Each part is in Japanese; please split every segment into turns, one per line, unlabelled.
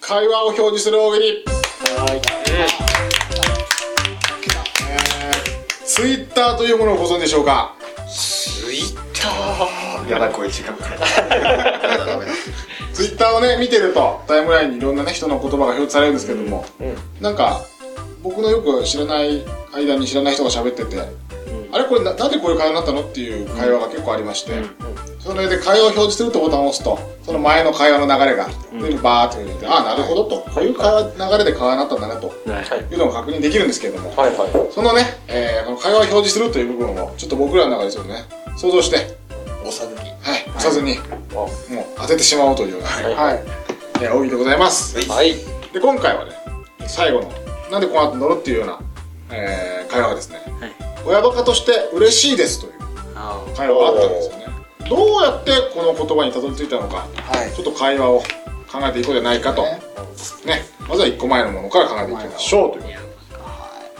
会話を表示する大喜利、えー、ツイッターというものをご存知でしょうか
ツイッター
やだこいちが
ツイッターをね見てるとタイムラインにいろんな、ね、人の言葉が表示されるんですけども、なんか僕のよく知らない間に知らない人が喋ってて、あれこれななんでこういう会話になったのっていう会話が結構ありまして、その上で会話を表示するとボタンを押すとその前の会話の流れが全部バーッと出てて、ああなるほどとこういう会話流れで会話になったんだなというのを確認できるんですけれども、
はいは
そのね、えーこの会話を表示するという部分をちょっと僕らの中でちょっとね想像して
おさずに
はい、押さずに、もう当ててしまおうという、はい、えー大喜利でございます。
いはい
で、今回はね、最後の、なんでこの後乗るっていうような、えー会話がですね、親バカとして嬉しいですという
あ
会話があったんですよね。どうやってこの言葉にたどり着いたの
は
か、
い
ちょっと会話を考えていこうじゃないかと、ね、まずは1個前のものから考えていきましょうという。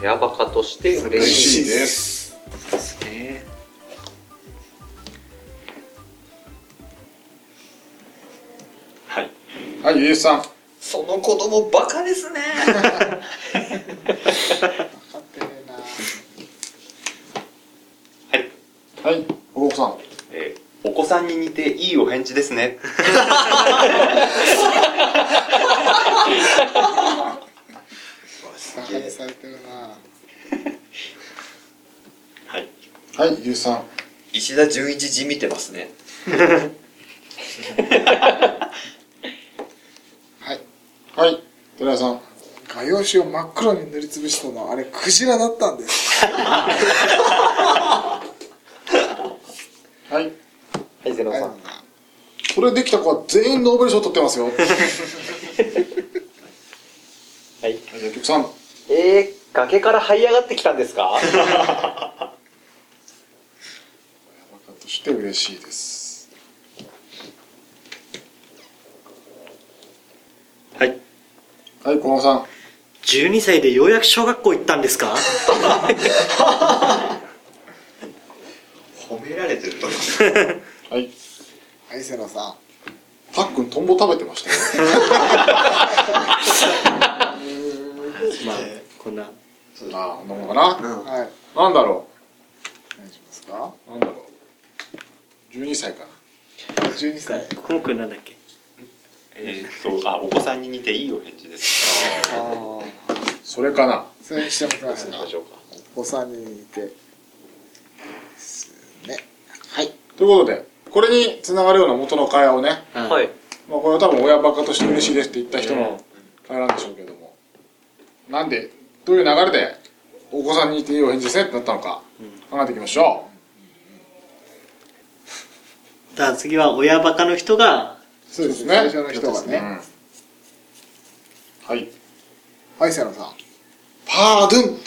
ヤバカとして嬉
嬉
し
し
い
いです。
あですねはい
はい、ゆうゆうさん。
その子供バカですね
はい
はい、お子さん。
えーお子さんに似ていいお返事ですね
されてるな
はい
はい、ゆうゆうさん。
石田純一字見てますね
はい。はい。寺田さん。
画用紙を真っ黒に塗りつぶしたのはあれクジラだったんで す
はい。
はいゼロさん
これできた子は全員ノーベル賞取ってます よ。
はい
薬局さん。
えー、崖から這い上がってきたんですか
若として嬉しいです。
はい
はい、小野さん。
12歳でようやく小学校行ったんです か
褒められてると思
はい。
はいセロさ
たっくんトンボ食べてましたよ。
まあこんな
ああ、こんなもんかな。
んはい
なんだろ
何しますか
う。なんだろう。12歳かな。
12歳
このくんなんだっけ
えーっとあお子さんに似ていいお返事ですね
ああ
それかな。
それにしてもらいました
どうしようか
お三人いてですねはい
ということで、これに繋がるような元の会話をね、
はい
まあこれは多分親バカとして嬉しいですって言った人の会話なんでしょうけども。なんで、どういう流れで、お子さんに言っていいお返事ですねってなったのか、考えていきましょう。
だから次は親バカの人が
そうですね。
最初の人が
う
ね
んはい。
はいセロさん
パードゥン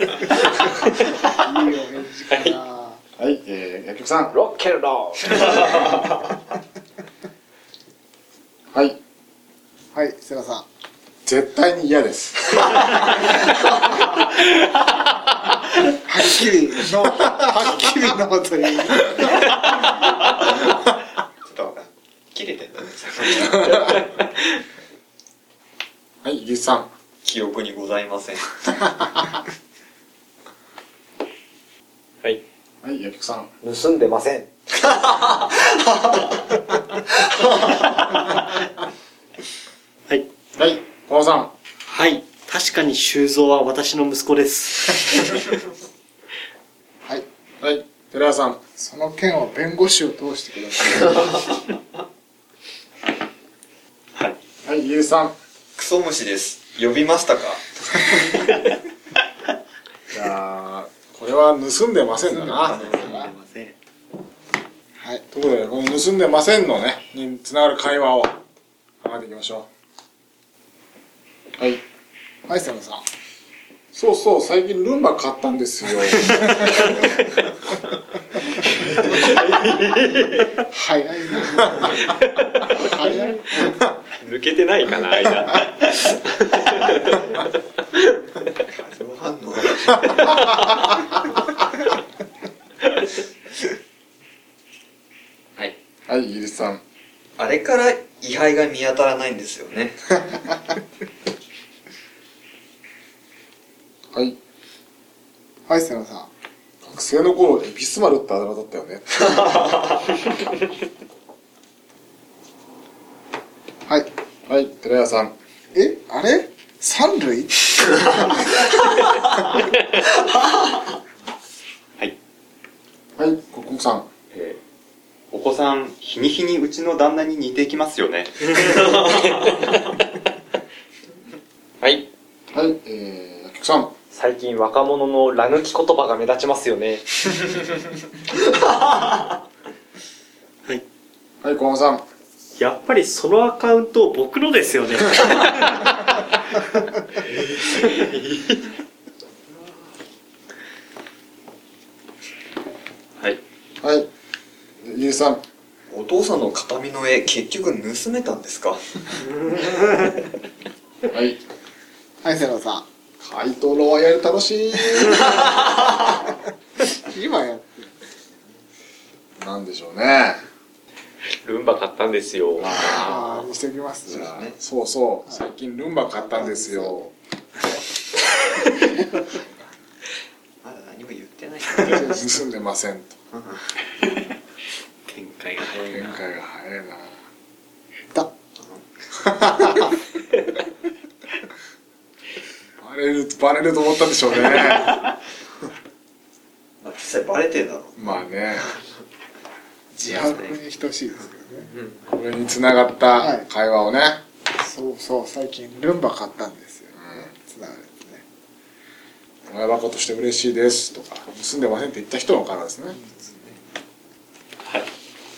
いいお返事かな
はい、えー、薬局さん。
ロッケルロー
はい。
はいセロさ
絶対に嫌です。
んはっきりのはっきりのという
ちょっとわかんない切れてるんだね
はい、ゆうさん。
記憶にございません
はい
はい、薬局さん。
盗んでません
はい
はい、小野さん。
はい確かに修造は私の息子です
はい
はい、寺田さん。
その件は弁護士を通してください
はい
はい、ゆうさん。
クソ虫です呼びましたか
じゃあ、これは盗んでませんだな。
すみません
はい
ということで、この盗んでませんのね、につながる会話を考えていきましょう。はい。
はいセロさん
そうそう、最近ルンバ買ったんですよ。
早いな早い
抜けてないかな間
無反応
はい
はい、ゆうさん。
あれから
位牌が見当たらないんですよね。
はい。
はい、瀬野さん。
学生の頃、ビスマルってあだ名だったよね。
はい。
はい、寺谷さん。
えあれ三類
はい。
はい、国国さん。
えーお子さん、日に日にうちの旦那に似てきますよね。
はい。
はい、えー、薬局さん。
最近若者のラ抜き言葉が目立ちます よね。
はい、小浜さん。
やっぱりそのアカウント僕のですよね。
はい。
はい、ゆうさん。
お父さんの形見の絵、結局盗めたんですか
はい。
はい、瀬野さ
怪盗ロワイヤル楽し い。
ん。今やってる。
なんでしょうね。
ルンバ買ったんですよ。
ああ、見しておきます。
じゃあ
ね
そうそう、最近ルンバ買ったんですよ。
まだ何も言ってない。
盗んでませんと。
展開が早い
展
な。
開が早いな。
だ。
バレる、 バレると思ったんでしょうね。
まあ、実際バレてんだろう。
まあね、
自白に等しいですけどね。
これに繋がった会話をね。
そうそう、最近ルンバ買ったんですよね。つながるやつね。
お前箱として嬉しいですとか、盗んでませんって言った人のからですね。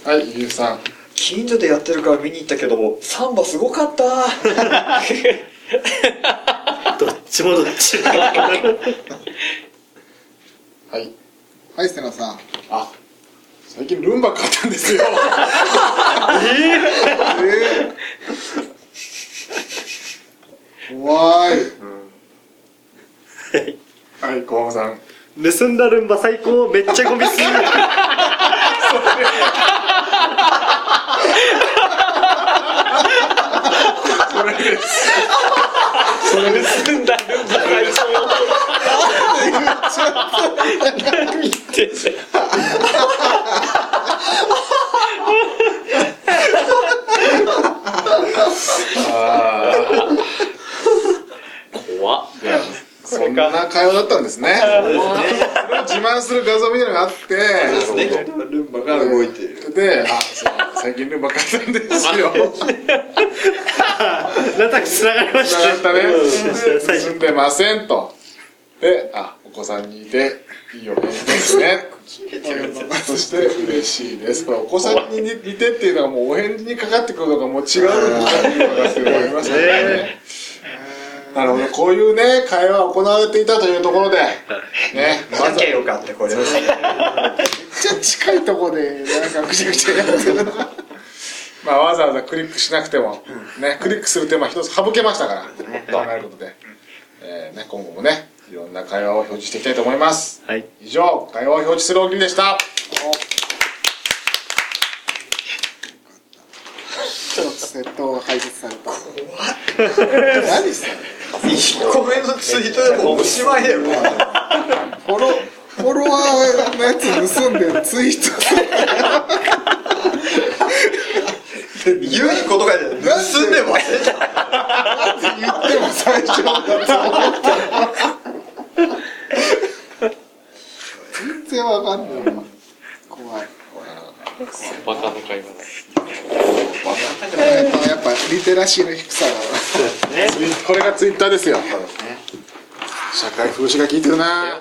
はい、ゆうさん。
近所でやってるから見に行ったけども、サンバすごかった。
どっちもどっ ちも。
はい。
はい、瀬野さん。
あ、最近ルンバ買ったんです よ。
怖い。
はい、小浜さん。
盗んだルンバ最高めっちゃゴミ すぎる。
盗んだルンバ最初 何言ってんだよ怖っ
そんな会話だったんですね。それを自慢する画像みたいなのがあって、
ルンバが動いてる。
で、あ、そう最近ルンバ買ったんですよ。
なんとなく繋がりまし
つな
た
が
ね。
ったね。
最
住
初
んでませんと。で、あ、お子さんにいて、いいよね、ですね。そして、嬉しいです。これお子さんに似似てっていうのがもうお返事にかかってくるのがもう違うのかなっていうのがすごい思いましたね。なるほど、こういうね、会話が行われていたというところで、ね、まず
なきゃよかった、これは。
じゃあ近いとこで、なんかぐちゃぐちゃやってる。
まあ、わざわざクリックしなくても、ね、クリックする手間一つ省けましたから、考えることで、えーね、今後もね、いろんな会話を表示していきたいと思います。
はい。
以上、会話を表示するおぎりでした。
ちょっと窃盗が解決された。何それ
1個目のツイートでもうおし まいだよ。
フォロフォロワーのやつ盗んでツイートする
言うにこと書いてある。盗んでません。
って言っても最初だと思った全然わかんないわ怖い
バカの会話
やっぱやっぱリテラシーの低さが
ツイこれがツイッターですよ。社会風刺が効いてるな